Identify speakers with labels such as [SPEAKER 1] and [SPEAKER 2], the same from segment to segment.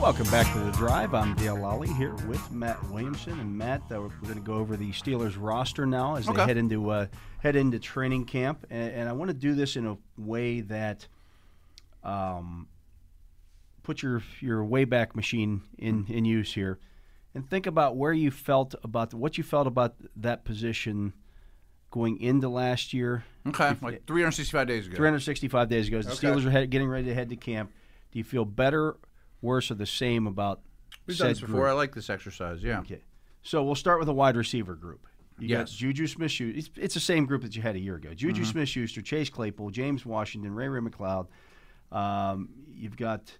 [SPEAKER 1] Welcome back to the drive. I'm Dale Lally here with Matt Williamson and Matt. Uh, we're going to go over the Steelers roster now as they
[SPEAKER 2] Okay.
[SPEAKER 1] head into uh, head into training camp, and, and I want to do this in a way that um, put your your way back machine in in use here, and think about where you felt about what you felt about that position going into last year
[SPEAKER 2] Okay, like 365 days ago.
[SPEAKER 1] 365 days ago. As the
[SPEAKER 2] Okay.
[SPEAKER 1] Steelers are head, getting ready to head to camp. Do you feel better, worse, or the same about
[SPEAKER 2] We've
[SPEAKER 1] said
[SPEAKER 2] done this before.
[SPEAKER 1] group?
[SPEAKER 2] I like this exercise. Yeah.
[SPEAKER 1] Okay. So we'll start with a wide receiver group. You
[SPEAKER 2] Yes. Mm-hmm.
[SPEAKER 1] got Juju Smith Schuster. It's, it's the same group that you had a year ago. Juju Smith Schuster, Chase Claypool, James Washington, Ray Ray McLeod. Um, you've got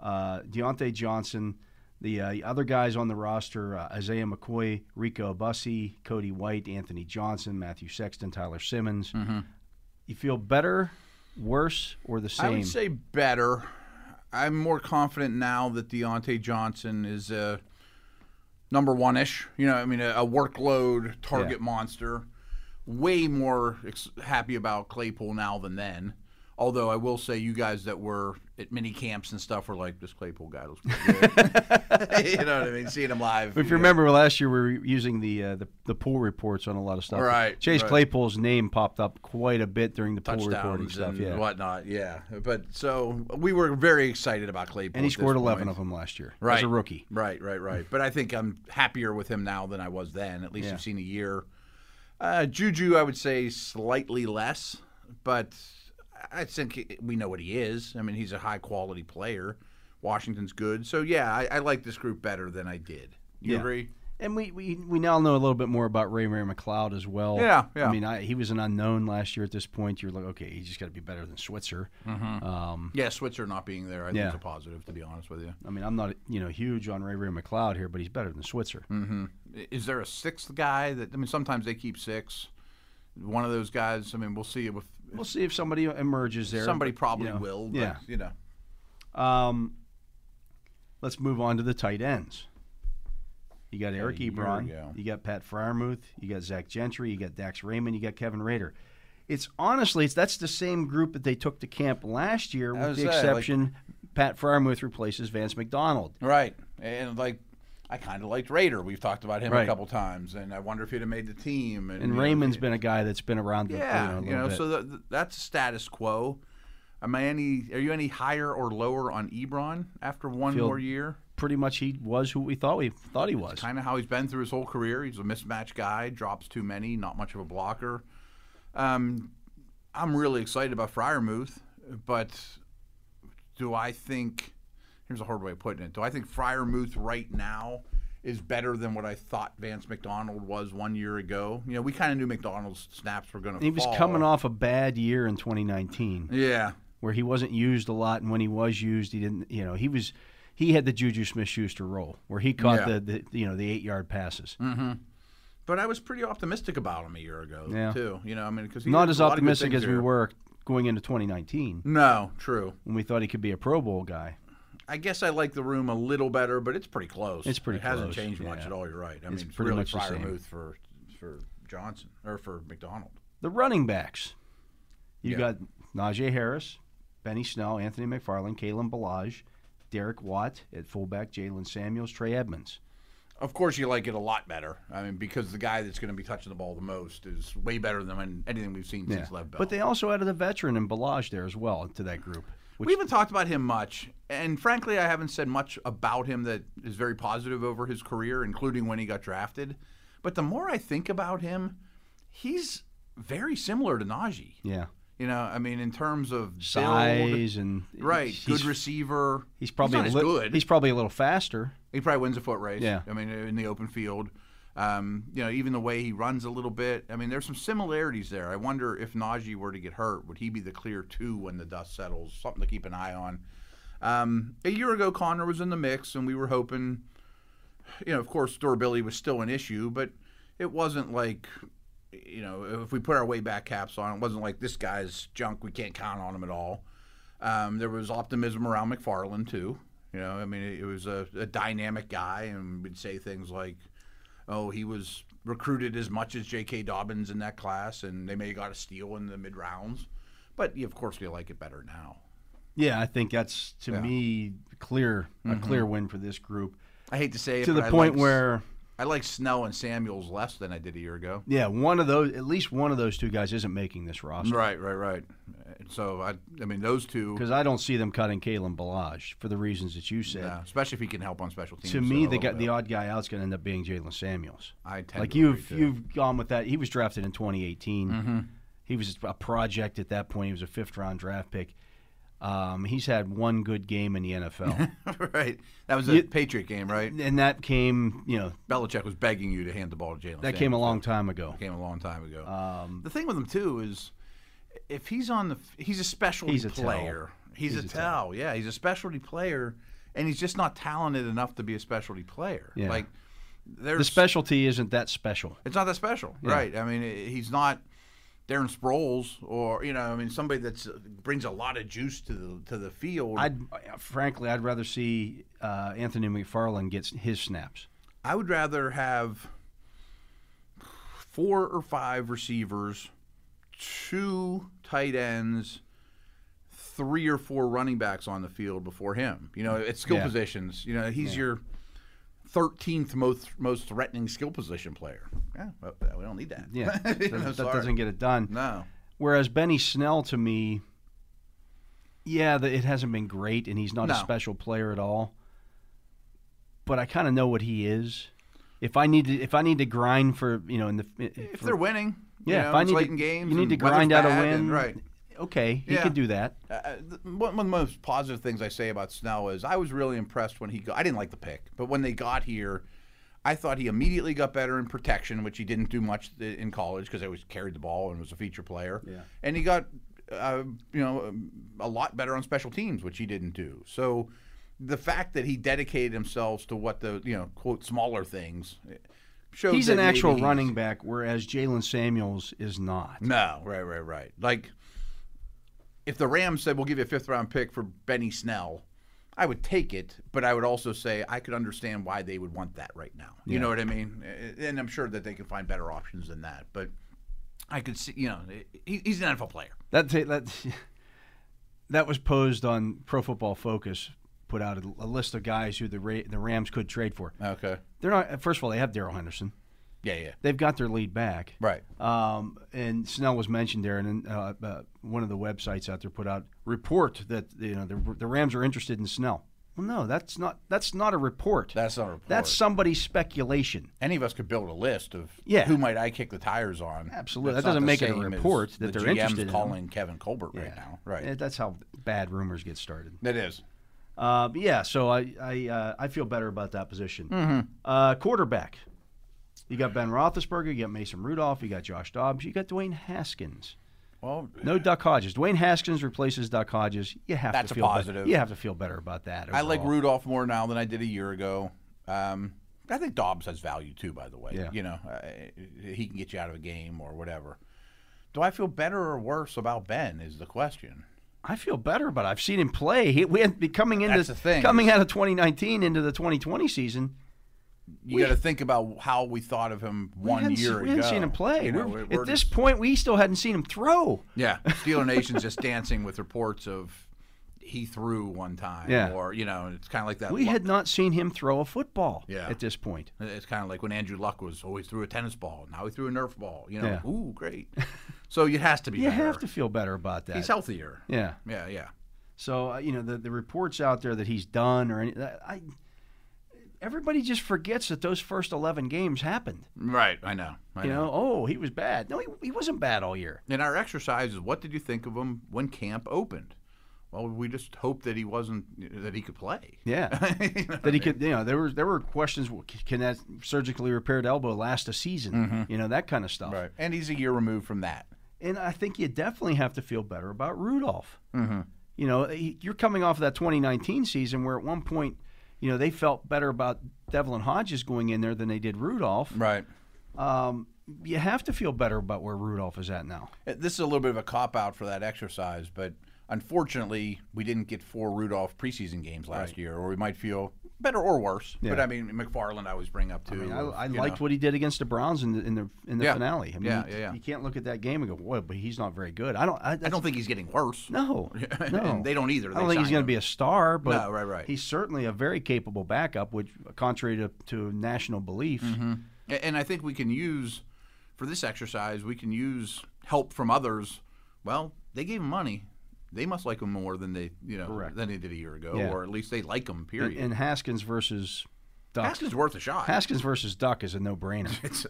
[SPEAKER 1] uh, Deontay Johnson. The, uh, the other guys on the roster uh, Isaiah McCoy, Rico Bussey, Cody White, Anthony Johnson, Matthew Sexton, Tyler Simmons.
[SPEAKER 2] Mm-hmm.
[SPEAKER 1] You feel better, worse, or the
[SPEAKER 2] I
[SPEAKER 1] same?
[SPEAKER 2] would say better. I'm more confident now that Deontay Johnson is a number one ish. You know, I mean, a, a workload target monster. Way more ex- happy about Claypool now than then. Although I will say, you guys that were at mini camps and stuff were like, this Claypool guy looks pretty good. you know what I mean? Seeing him live.
[SPEAKER 1] If you remember last year, we were using the uh, the, the pool reports on a lot of stuff.
[SPEAKER 2] Right,
[SPEAKER 1] Chase
[SPEAKER 2] right.
[SPEAKER 1] Claypool's name popped up quite a bit during the pool reporting
[SPEAKER 2] touchdowns
[SPEAKER 1] stuff.
[SPEAKER 2] and
[SPEAKER 1] Yeah,
[SPEAKER 2] whatnot. Yeah, but so we were very excited about Claypool,
[SPEAKER 1] and he
[SPEAKER 2] at
[SPEAKER 1] scored
[SPEAKER 2] this
[SPEAKER 1] 11
[SPEAKER 2] point.
[SPEAKER 1] of them last year
[SPEAKER 2] Right,
[SPEAKER 1] as a rookie.
[SPEAKER 2] Right, right, right. But I think I'm happier with him now than I was then. At least
[SPEAKER 1] Yeah.
[SPEAKER 2] I've seen a year. Uh, Juju, I would say slightly less, but I think we know what he is. I mean, he's a high quality player. Washington's good, so yeah, I, I like this group better than I did. You
[SPEAKER 1] Yeah.
[SPEAKER 2] agree?
[SPEAKER 1] And we, we we now know a little bit more about Ray Ray McLeod as well.
[SPEAKER 2] Yeah, yeah.
[SPEAKER 1] I mean, I, he was an unknown last year. At this point, you're like, okay, he's just got to be better than Switzer.
[SPEAKER 2] Mm-hmm.
[SPEAKER 1] Um,
[SPEAKER 2] Yeah, Switzer not being there, I think
[SPEAKER 1] Yeah.
[SPEAKER 2] think's a positive. To be honest with you,
[SPEAKER 1] I mean, I'm not you know huge on Ray Ray McLeod here, but he's better than Switzer.
[SPEAKER 2] Mm. Is there a sixth guy that I mean? Sometimes they keep six. One of those guys. I mean, we'll see if
[SPEAKER 1] We'll see if somebody emerges there.
[SPEAKER 2] somebody
[SPEAKER 1] but, you
[SPEAKER 2] probably
[SPEAKER 1] know,
[SPEAKER 2] will. But,
[SPEAKER 1] yeah.
[SPEAKER 2] you know.
[SPEAKER 1] Um, let's move on to the tight ends. You got Eric
[SPEAKER 2] year
[SPEAKER 1] Ebron.
[SPEAKER 2] ago.
[SPEAKER 1] You got Pat Fryermuth. You got Zach Gentry. You got Dax Raymond. You got Kevin Rader. It's honestly, it's that's the same group that they took to camp last year, with
[SPEAKER 2] was
[SPEAKER 1] the
[SPEAKER 2] that, like-
[SPEAKER 1] exception Pat Fryermuth replaces Vance McDonald.
[SPEAKER 2] Right. And like I kind of liked Raider. We've talked about him
[SPEAKER 1] Right.
[SPEAKER 2] a couple times, and I wonder if he'd have made the team. And,
[SPEAKER 1] And
[SPEAKER 2] you know,
[SPEAKER 1] Raymond's been a guy that's been around. The,
[SPEAKER 2] yeah,
[SPEAKER 1] you know, a
[SPEAKER 2] you know.
[SPEAKER 1] little bit.
[SPEAKER 2] So the, the, that's status quo. Am I any? Are you any higher or lower on Ebron after one
[SPEAKER 1] Feel-
[SPEAKER 2] more year?
[SPEAKER 1] pretty much he was who we thought we thought he was.
[SPEAKER 2] Kind of how he's been through his whole career. He's a mismatch guy, drops too many, not much of a blocker. Um, I'm really excited about Fryermuth, but do I think here's a hard way of putting it? Do I think Fryermuth right now is better than what I thought Vance McDonald was one year ago? You know, we kind of knew McDonald's snaps were going to.
[SPEAKER 1] He was coming off a bad year in 2019.
[SPEAKER 2] Yeah,
[SPEAKER 1] where he wasn't used a lot, and when he was used, he didn't. You know, he was he had the Juju Smith-Schuster role where he caught
[SPEAKER 2] Yeah. Mm.
[SPEAKER 1] the, the you know the eight-yard passes.
[SPEAKER 2] but I was pretty optimistic about him a year ago
[SPEAKER 1] Yeah.
[SPEAKER 2] too. You know, I mean, because
[SPEAKER 1] Not as optimistic as we were going into 2019
[SPEAKER 2] No, true.
[SPEAKER 1] when we thought he could be a Pro Bowl guy.
[SPEAKER 2] I guess I like the room a little better, but it's pretty close.
[SPEAKER 1] It's pretty
[SPEAKER 2] It hasn't
[SPEAKER 1] close,
[SPEAKER 2] changed much
[SPEAKER 1] yeah.
[SPEAKER 2] at all. You're right. I mean, it's
[SPEAKER 1] pretty
[SPEAKER 2] really
[SPEAKER 1] much the
[SPEAKER 2] Fryer
[SPEAKER 1] same.
[SPEAKER 2] Muth for for Johnson or for McDonald.
[SPEAKER 1] The running backs, you
[SPEAKER 2] Yeah.
[SPEAKER 1] got Najee Harris, Benny Snell, Anthony McFarland, Kalen Balaj, Derek Watt at fullback, Jalen Samuels, Trey Edmonds.
[SPEAKER 2] Of course, you like it a lot better. I mean, because the guy that's going to be touching the ball the most is way better than when- anything we've seen since Lev Bell.
[SPEAKER 1] But they also added a veteran in Balaj there as well to that group. Which
[SPEAKER 2] we haven't talked about him much, and frankly, I haven't said much about him that is very positive over his career, including when he got drafted. But the more I think about him, he's very similar to Najee.
[SPEAKER 1] yeah,
[SPEAKER 2] You know, I mean, in terms of build,
[SPEAKER 1] size and
[SPEAKER 2] Right,
[SPEAKER 1] he's-
[SPEAKER 2] good receiver.
[SPEAKER 1] He's probably
[SPEAKER 2] not as
[SPEAKER 1] a lit-
[SPEAKER 2] good.
[SPEAKER 1] He's probably a little faster.
[SPEAKER 2] he probably wins a foot race.
[SPEAKER 1] Yeah.
[SPEAKER 2] I mean, in the open field, um, you know, even the way he runs a little bit. I mean, there's some similarities there. I wonder if Najee were to get hurt, would he be the clear two when the dust settles? Something to keep an eye on. Um, a year ago, Connor was in the mix, and we were hoping, you know, of course, durability was still an issue, but it wasn't like, you know, if we put our way back caps on, it wasn't like this guy's junk. We can't count on him at all. Um, there was optimism around McFarland too. You know, I mean, it, it was a, a dynamic guy, and we'd say things like, "Oh, he was recruited as much as J.K. Dobbins in that class, and they may have got a steal in the mid rounds." But yeah, of course, we like it better now.
[SPEAKER 1] Yeah, I think that's to
[SPEAKER 2] Yeah.
[SPEAKER 1] me clear a clear win for this group
[SPEAKER 2] I hate to say it,
[SPEAKER 1] to
[SPEAKER 2] but
[SPEAKER 1] the
[SPEAKER 2] I
[SPEAKER 1] point
[SPEAKER 2] like-
[SPEAKER 1] where
[SPEAKER 2] I like Snell and Samuels less than I did a year ago.
[SPEAKER 1] yeah, one of those at least one of those two guys isn't making this roster
[SPEAKER 2] Right, right, right. And So I, I mean, those two,
[SPEAKER 1] because I don't see them cutting Kalen Balaj for the reasons that you said.
[SPEAKER 2] yeah, especially if he can help on special teams.
[SPEAKER 1] To me,
[SPEAKER 2] a
[SPEAKER 1] the
[SPEAKER 2] little
[SPEAKER 1] guy,
[SPEAKER 2] bit.
[SPEAKER 1] the odd guy out's going to end up being Jalen Samuels.
[SPEAKER 2] I tend
[SPEAKER 1] Like
[SPEAKER 2] to
[SPEAKER 1] you've
[SPEAKER 2] agree, too. Mm-hmm.
[SPEAKER 1] you've gone with that. He was drafted in 2018. He was a project at that point. He was a fifth round draft pick. Um, he's had one good game in the NFL,
[SPEAKER 2] right. That was a
[SPEAKER 1] You-
[SPEAKER 2] Patriot game, right?
[SPEAKER 1] and that came you know
[SPEAKER 2] Belichick was begging you to hand the ball to Jalen.
[SPEAKER 1] that came a
[SPEAKER 2] Samuels.
[SPEAKER 1] long time ago.
[SPEAKER 2] Came a long time ago.
[SPEAKER 1] Um,
[SPEAKER 2] the thing with him too is, if he's on the, f- he's a specialty
[SPEAKER 1] He's a tell.
[SPEAKER 2] player. He's, a, tell. Yeah, he's a specialty player, and he's just not talented enough to be a specialty player.
[SPEAKER 1] Yeah.
[SPEAKER 2] Like there's
[SPEAKER 1] the specialty isn't that special.
[SPEAKER 2] It's not that special, right? I mean, i- he's not Darren Sproles or you know, I mean, somebody that brings a lot of juice to the to the field.
[SPEAKER 1] I'd frankly, I'd rather see uh, Anthony McFarland gets his snaps.
[SPEAKER 2] I would rather have four or five receivers, two tight ends, three or four running backs on the field before him. You know, it's skill
[SPEAKER 1] Yeah.
[SPEAKER 2] positions. You know, he's your thirteenth most most threatening skill position player. Yeah, well, we don't need that.
[SPEAKER 1] Yeah,
[SPEAKER 2] You
[SPEAKER 1] that,
[SPEAKER 2] know,
[SPEAKER 1] that
[SPEAKER 2] sorry.
[SPEAKER 1] doesn't get it done.
[SPEAKER 2] no.
[SPEAKER 1] Whereas Benny Snell, to me, yeah, the, it hasn't been great, and he's not a
[SPEAKER 2] No.
[SPEAKER 1] special player at all. But I kind of know what he is. If I need to, if I need to grind for you know in the
[SPEAKER 2] if
[SPEAKER 1] for-
[SPEAKER 2] they're winning, you
[SPEAKER 1] yeah,
[SPEAKER 2] know,
[SPEAKER 1] if I
[SPEAKER 2] it's
[SPEAKER 1] need
[SPEAKER 2] late
[SPEAKER 1] to,
[SPEAKER 2] in games,
[SPEAKER 1] you need
[SPEAKER 2] and
[SPEAKER 1] to
[SPEAKER 2] weather's
[SPEAKER 1] grind out a
[SPEAKER 2] bad,
[SPEAKER 1] win,
[SPEAKER 2] and- right?
[SPEAKER 1] Okay, he
[SPEAKER 2] Yeah.
[SPEAKER 1] could do that.
[SPEAKER 2] Uh, Uh, th- one one of the most positive things I say about Snell is I was really impressed when he got. I didn't like the pick, but when they got here, I thought he immediately got better in protection, which he didn't do much th- in college because he always carried the ball and was a feature player. Yeah. and he got, uh, you know, um, a lot better on special teams, which he didn't do. So, the fact that he dedicated himself to what the you know quote smaller things eh, shows
[SPEAKER 1] He's
[SPEAKER 2] that
[SPEAKER 1] an
[SPEAKER 2] maybe
[SPEAKER 1] actual
[SPEAKER 2] he's-
[SPEAKER 1] running back, whereas Jalen Samuels is not.
[SPEAKER 2] no, right, right, right. Like, if the Rams said we'll give you a fifth round pick for Benny Snell, I would take it, but I would also say I could understand why they would want that right now. You know what I mean? Eh, And I'm sure that they can find better options than that. But I could see, you know, he, he's an NFL player.
[SPEAKER 1] That ta- that that was posed on Pro Football Focus. Put out a, a list of guys who the Ra- the Rams could trade for.
[SPEAKER 2] Okay.
[SPEAKER 1] They're not. First of all, they have Daryl Henderson.
[SPEAKER 2] Yeah, yeah.
[SPEAKER 1] They've got their lead back.
[SPEAKER 2] Right.
[SPEAKER 1] Um, and Snell was mentioned there, and then, uh, uh, one of the websites out there put out report that you know the, the Rams are interested in Snell. Well, no, that's not that's not a report.
[SPEAKER 2] That's not a report.
[SPEAKER 1] That's somebody's speculation.
[SPEAKER 2] Any of us could build a list of
[SPEAKER 1] Yeah.
[SPEAKER 2] who might I kick the tires on.
[SPEAKER 1] Absolutely.
[SPEAKER 2] That's
[SPEAKER 1] That doesn't
[SPEAKER 2] not the
[SPEAKER 1] make it a
[SPEAKER 2] same as
[SPEAKER 1] report that
[SPEAKER 2] the
[SPEAKER 1] they're
[SPEAKER 2] GM's
[SPEAKER 1] interested in him.
[SPEAKER 2] calling Kevin Colbert right now. Right.
[SPEAKER 1] Eh, That's how bad rumors get started.
[SPEAKER 2] that is.
[SPEAKER 1] Uh, but yeah, so I I, uh, I feel better about that position.
[SPEAKER 2] Mm-hmm.
[SPEAKER 1] Uh, quarterback, you got Ben Roethlisberger, you got Mason Rudolph, you got Josh Dobbs, you got Dwayne Haskins.
[SPEAKER 2] Well,
[SPEAKER 1] No Duck Hodges. Dwayne Haskins replaces Duck Hodges. You have
[SPEAKER 2] That's
[SPEAKER 1] to
[SPEAKER 2] a
[SPEAKER 1] feel bet-
[SPEAKER 2] positive.
[SPEAKER 1] you have to feel better about that.
[SPEAKER 2] I like
[SPEAKER 1] overall.
[SPEAKER 2] Rudolph more now than I did a year ago. Um, I think Dobbs has value too, by the way.
[SPEAKER 1] Yeah.
[SPEAKER 2] You know, uh, he can get you out of a game or whatever. Do I feel better or worse about Ben? Is the question.
[SPEAKER 1] I feel better, but I've seen him play. He, we had, coming into
[SPEAKER 2] That's the thing.
[SPEAKER 1] coming out of 2019 into the 2020 season.
[SPEAKER 2] You got to think about how we thought of him one
[SPEAKER 1] we hadn't,
[SPEAKER 2] year
[SPEAKER 1] se- we
[SPEAKER 2] ago.
[SPEAKER 1] hadn't seen him play.
[SPEAKER 2] You know,
[SPEAKER 1] We're-
[SPEAKER 2] we're- we're
[SPEAKER 1] at this
[SPEAKER 2] just-
[SPEAKER 1] point, we still hadn't seen him throw.
[SPEAKER 2] yeah, Steeler Nation's just dancing with reports of he threw one time.
[SPEAKER 1] Yeah.
[SPEAKER 2] or you know, it's kind of like that.
[SPEAKER 1] We
[SPEAKER 2] Luck-
[SPEAKER 1] had not seen him throw a football.
[SPEAKER 2] Yeah.
[SPEAKER 1] At this point,
[SPEAKER 2] It's kind of like when Andrew Luck was always threw a tennis ball. Now he threw a Nerf ball. You know,
[SPEAKER 1] Yeah.
[SPEAKER 2] ooh, great. So it has to be.
[SPEAKER 1] you
[SPEAKER 2] better.
[SPEAKER 1] have to feel better about that.
[SPEAKER 2] He's healthier.
[SPEAKER 1] yeah.
[SPEAKER 2] Yeah, yeah.
[SPEAKER 1] So uh, you know the the reports out there that he's done or any, that- I. Everybody just forgets that those first 11 games happened.
[SPEAKER 2] Right, I know. I
[SPEAKER 1] You know, oh, he was bad. No, he, he wasn't bad all year.
[SPEAKER 2] And our exercise is what did you think of him when camp opened? Well, we just hoped that he wasn't that he could play.
[SPEAKER 1] Yeah.
[SPEAKER 2] You know?
[SPEAKER 1] that he could, you know, there were there were questions. well, c- Can that surgically repaired elbow last a season? You know that kind of stuff.
[SPEAKER 2] Right. And he's a year removed from that.
[SPEAKER 1] And I think you definitely have to feel better about Rudolph. You know, you're coming off of that 2019 season where at one point, you know, they felt better about Devlin Hodges going in there than they did Rudolph.
[SPEAKER 2] Right.
[SPEAKER 1] Um, you have to feel better about where Rudolph is at now.
[SPEAKER 2] Uh, This is a little bit of a cop out for that exercise, but unfortunately, we didn't get four Rudolph preseason games last
[SPEAKER 1] Right.
[SPEAKER 2] year, or we might feel better or worse.
[SPEAKER 1] Yeah.
[SPEAKER 2] But I mean, McFarland, I always bring up too.
[SPEAKER 1] I mean, I,
[SPEAKER 2] of,
[SPEAKER 1] I
[SPEAKER 2] you
[SPEAKER 1] liked
[SPEAKER 2] know,
[SPEAKER 1] what he did against the Browns in the in the, in the
[SPEAKER 2] Yeah.
[SPEAKER 1] finale. I mean,
[SPEAKER 2] Yeah,
[SPEAKER 1] you,
[SPEAKER 2] yeah, yeah.
[SPEAKER 1] you can't look at that game and go, "Well, but he's not very good." I don't. I,
[SPEAKER 2] I don't think he's getting worse.
[SPEAKER 1] No,
[SPEAKER 2] And
[SPEAKER 1] no,
[SPEAKER 2] they don't either.
[SPEAKER 1] I don't
[SPEAKER 2] They
[SPEAKER 1] think he's going
[SPEAKER 2] signed
[SPEAKER 1] to
[SPEAKER 2] him.
[SPEAKER 1] be a star, but
[SPEAKER 2] No, right, right.
[SPEAKER 1] he's certainly a very capable backup, which, contrary to, to national belief,
[SPEAKER 2] Mm-hmm. A- And I think we can use for this exercise, we can use help from others. Well, they gave him money. They must like him more than they, you know,
[SPEAKER 1] Correct.
[SPEAKER 2] than they did a year ago,
[SPEAKER 1] Yeah.
[SPEAKER 2] or at least they like him.
[SPEAKER 1] in,
[SPEAKER 2] Period.
[SPEAKER 1] in Haskins versus Duck, Haskins,
[SPEAKER 2] Haskins worth a shot.
[SPEAKER 1] versus Duck is a no brainer.
[SPEAKER 2] It's-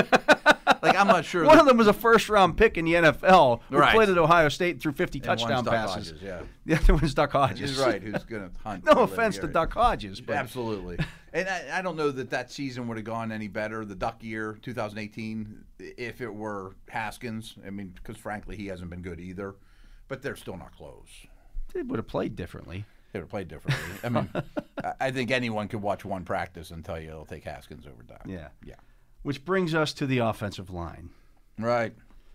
[SPEAKER 2] right. Like I'm not sure.
[SPEAKER 1] One
[SPEAKER 2] that-
[SPEAKER 1] of them was a first round pick in the NFL. Who
[SPEAKER 2] Right.
[SPEAKER 1] played at Ohio State and threw 50
[SPEAKER 2] And
[SPEAKER 1] touchdown
[SPEAKER 2] one's Duck
[SPEAKER 1] passes.
[SPEAKER 2] Hodges, yeah,
[SPEAKER 1] The other one's Duck Hodges.
[SPEAKER 2] he's right. Who's gonna hunt?
[SPEAKER 1] no
[SPEAKER 2] for a living
[SPEAKER 1] offense to
[SPEAKER 2] area.
[SPEAKER 1] Duck Hodges, but
[SPEAKER 2] Absolutely. and I, I don't know that that season would have gone any better. The Duck year, 2018, i- if it were Haskins. I mean, because frankly, he hasn't been good either. But they're still not close.
[SPEAKER 1] they would have played differently.
[SPEAKER 2] They would have played differently. I mean, I- I think anyone could watch one practice and tell you it'll take Haskins over Duck.
[SPEAKER 1] Yeah.
[SPEAKER 2] Yeah.
[SPEAKER 1] Which brings us to the offensive line.
[SPEAKER 2] Right.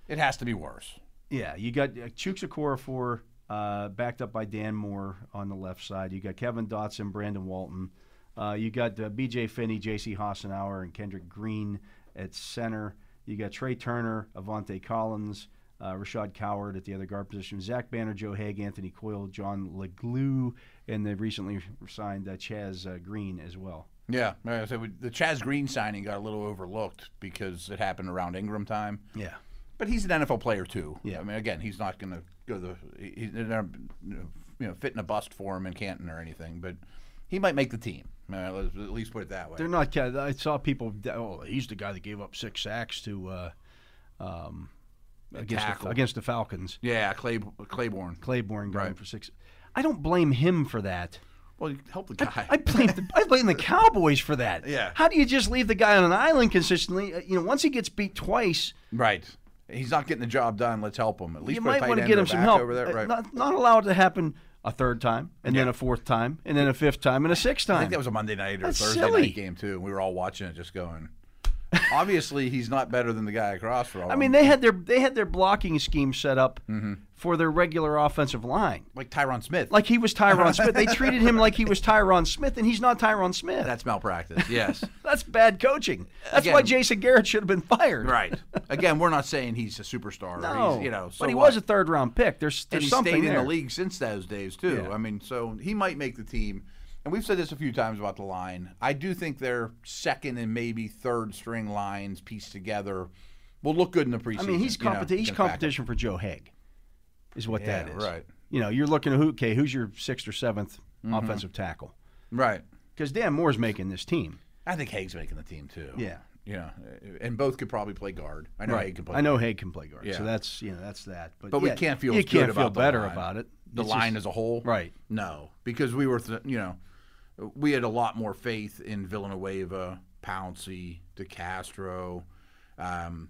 [SPEAKER 2] It has to be worse.
[SPEAKER 1] Yeah, you got uh, Chooks Okorafor, uh, backed up by Dan Moore on the left side. You got Kevin Dotson, Brandon Walton. Uh, you got uh, B.J. Finney, J.C. Hassenauer, and Kendrick Green at center. You got Trey Turner, Avante Collins, uh, Rashad Coward at the other guard position. Zach Banner, Joe Haig, Anthony Coyle, John LeGlue, and the recently signed uh, Chaz uh, Green as well.
[SPEAKER 2] Yeah. Like I said, we- the Chaz Green signing got a little overlooked because it happened around Ingram time.
[SPEAKER 1] Yeah.
[SPEAKER 2] But he's an NFL player too.
[SPEAKER 1] Yeah.
[SPEAKER 2] I mean, again, he's not going to go the he- he's not, you know fit in a bust for him in Canton or anything, but he might make the team. Uh, let's at least put it that way.
[SPEAKER 1] They're not. ca- I saw people. Oh, he's the guy that gave up six sacks to uh, um, against the,
[SPEAKER 2] tackle.
[SPEAKER 1] against the Falcons.
[SPEAKER 2] yeah, Clay, Claiborne.
[SPEAKER 1] Claiborne going
[SPEAKER 2] Right.
[SPEAKER 1] for six. I don't blame him for that.
[SPEAKER 2] Well, you help the guy.
[SPEAKER 1] I blame the, I blame the Cowboys for that.
[SPEAKER 2] Yeah.
[SPEAKER 1] How do you just leave the guy on an island consistently? Uh, You know, once he gets beat twice,
[SPEAKER 2] right. He's not getting the job done. Let's help him. At least
[SPEAKER 1] you
[SPEAKER 2] put a
[SPEAKER 1] might
[SPEAKER 2] tight
[SPEAKER 1] want to
[SPEAKER 2] end
[SPEAKER 1] get
[SPEAKER 2] or
[SPEAKER 1] him some
[SPEAKER 2] back
[SPEAKER 1] help.
[SPEAKER 2] over there.
[SPEAKER 1] Uh,
[SPEAKER 2] Right.
[SPEAKER 1] Not, not allow it to happen a third time, and then a fourth time, and then a fifth time, and a sixth time.
[SPEAKER 2] I think that was a Monday night or
[SPEAKER 1] That's
[SPEAKER 2] Thursday
[SPEAKER 1] silly.
[SPEAKER 2] night game too. and We were all watching it, just going. Obviously, he's not better than the guy across from him.
[SPEAKER 1] I mean, they had their they had their blocking scheme set up
[SPEAKER 2] Mm-hmm.
[SPEAKER 1] for their regular offensive line.
[SPEAKER 2] like Tyron Smith.
[SPEAKER 1] like he was Tyron Smith. They treated him like he was Tyron Smith, and he's not Tyron Smith.
[SPEAKER 2] that's malpractice. Yes.
[SPEAKER 1] That's bad coaching. That's why
[SPEAKER 2] Again-
[SPEAKER 1] Jason Garrett should have been fired.
[SPEAKER 2] Right. Again, we're not saying he's a superstar. or
[SPEAKER 1] No,
[SPEAKER 2] he's, you know, so
[SPEAKER 1] but he
[SPEAKER 2] what?
[SPEAKER 1] was a third round pick. There's
[SPEAKER 2] and
[SPEAKER 1] there's
[SPEAKER 2] he
[SPEAKER 1] something
[SPEAKER 2] stayed in
[SPEAKER 1] there.
[SPEAKER 2] the league since those days too.
[SPEAKER 1] Yeah.
[SPEAKER 2] I mean, so he might make the team. And we've said this a few times about the line. I do think their second and maybe third string lines pieced together will look good in the preseason.
[SPEAKER 1] I mean, he's
[SPEAKER 2] you know,
[SPEAKER 1] competi- he's
[SPEAKER 2] against backup.
[SPEAKER 1] competition for Joe Haig, is what
[SPEAKER 2] Yeah,
[SPEAKER 1] that is.
[SPEAKER 2] right. Mm-hmm.
[SPEAKER 1] You know, you're looking at who? Okay, who's your sixth or 7th offensive tackle?
[SPEAKER 2] Right.
[SPEAKER 1] Because Dan Moore's making this team.
[SPEAKER 2] I think Haig's making the team too.
[SPEAKER 1] Yeah.
[SPEAKER 2] Yeah. And both could probably play guard. I know Haig can play.
[SPEAKER 1] I know Haig can play guard,
[SPEAKER 2] Yeah.
[SPEAKER 1] so that's you know that's that. But,
[SPEAKER 2] But we
[SPEAKER 1] yeah,
[SPEAKER 2] can't feel
[SPEAKER 1] you
[SPEAKER 2] as good
[SPEAKER 1] can't feel
[SPEAKER 2] about the
[SPEAKER 1] better
[SPEAKER 2] line.
[SPEAKER 1] about it.
[SPEAKER 2] the
[SPEAKER 1] It's
[SPEAKER 2] line
[SPEAKER 1] just-
[SPEAKER 2] as a whole.
[SPEAKER 1] right.
[SPEAKER 2] No, because we were, th- you know, we had a lot more faith in Villanueva, Pouncey, DeCastro. Um,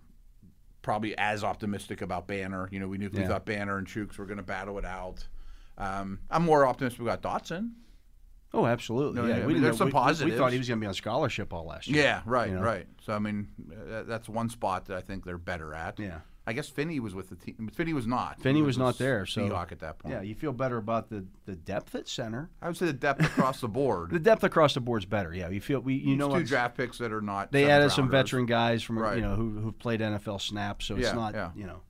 [SPEAKER 2] probably as optimistic about Banner. You know, we knew we
[SPEAKER 1] Yeah.
[SPEAKER 2] thought Banner and Chooks were going to battle it out. Um, I'm more optimistic about Dotson.
[SPEAKER 1] Oh, absolutely.
[SPEAKER 2] No,
[SPEAKER 1] yeah,
[SPEAKER 2] yeah, I
[SPEAKER 1] we
[SPEAKER 2] mean,
[SPEAKER 1] didn't
[SPEAKER 2] there's
[SPEAKER 1] know-
[SPEAKER 2] some
[SPEAKER 1] we- we- We, thought
[SPEAKER 2] positives.
[SPEAKER 1] he was going to be on scholarship all last year.
[SPEAKER 2] Yeah, right,
[SPEAKER 1] You know?
[SPEAKER 2] right. So I mean, uh, that's one spot that I think they're better at.
[SPEAKER 1] Yeah.
[SPEAKER 2] I guess Finney was with the team. Finney was not.
[SPEAKER 1] Finney
[SPEAKER 2] He
[SPEAKER 1] was not
[SPEAKER 2] a
[SPEAKER 1] there, so-
[SPEAKER 2] Seahawk at that point.
[SPEAKER 1] Yeah, you feel better about the, the depth at center.
[SPEAKER 2] I would say the depth across the board.
[SPEAKER 1] The depth across the board's better. Yeah, you feel we you know
[SPEAKER 2] It's two
[SPEAKER 1] what
[SPEAKER 2] draft picks that are not.
[SPEAKER 1] they added some veteran
[SPEAKER 2] veteran.
[SPEAKER 1] guys from
[SPEAKER 2] Right.
[SPEAKER 1] you know who who've played NFL snaps, so it's
[SPEAKER 2] Yeah,
[SPEAKER 1] not
[SPEAKER 2] yeah.
[SPEAKER 1] you know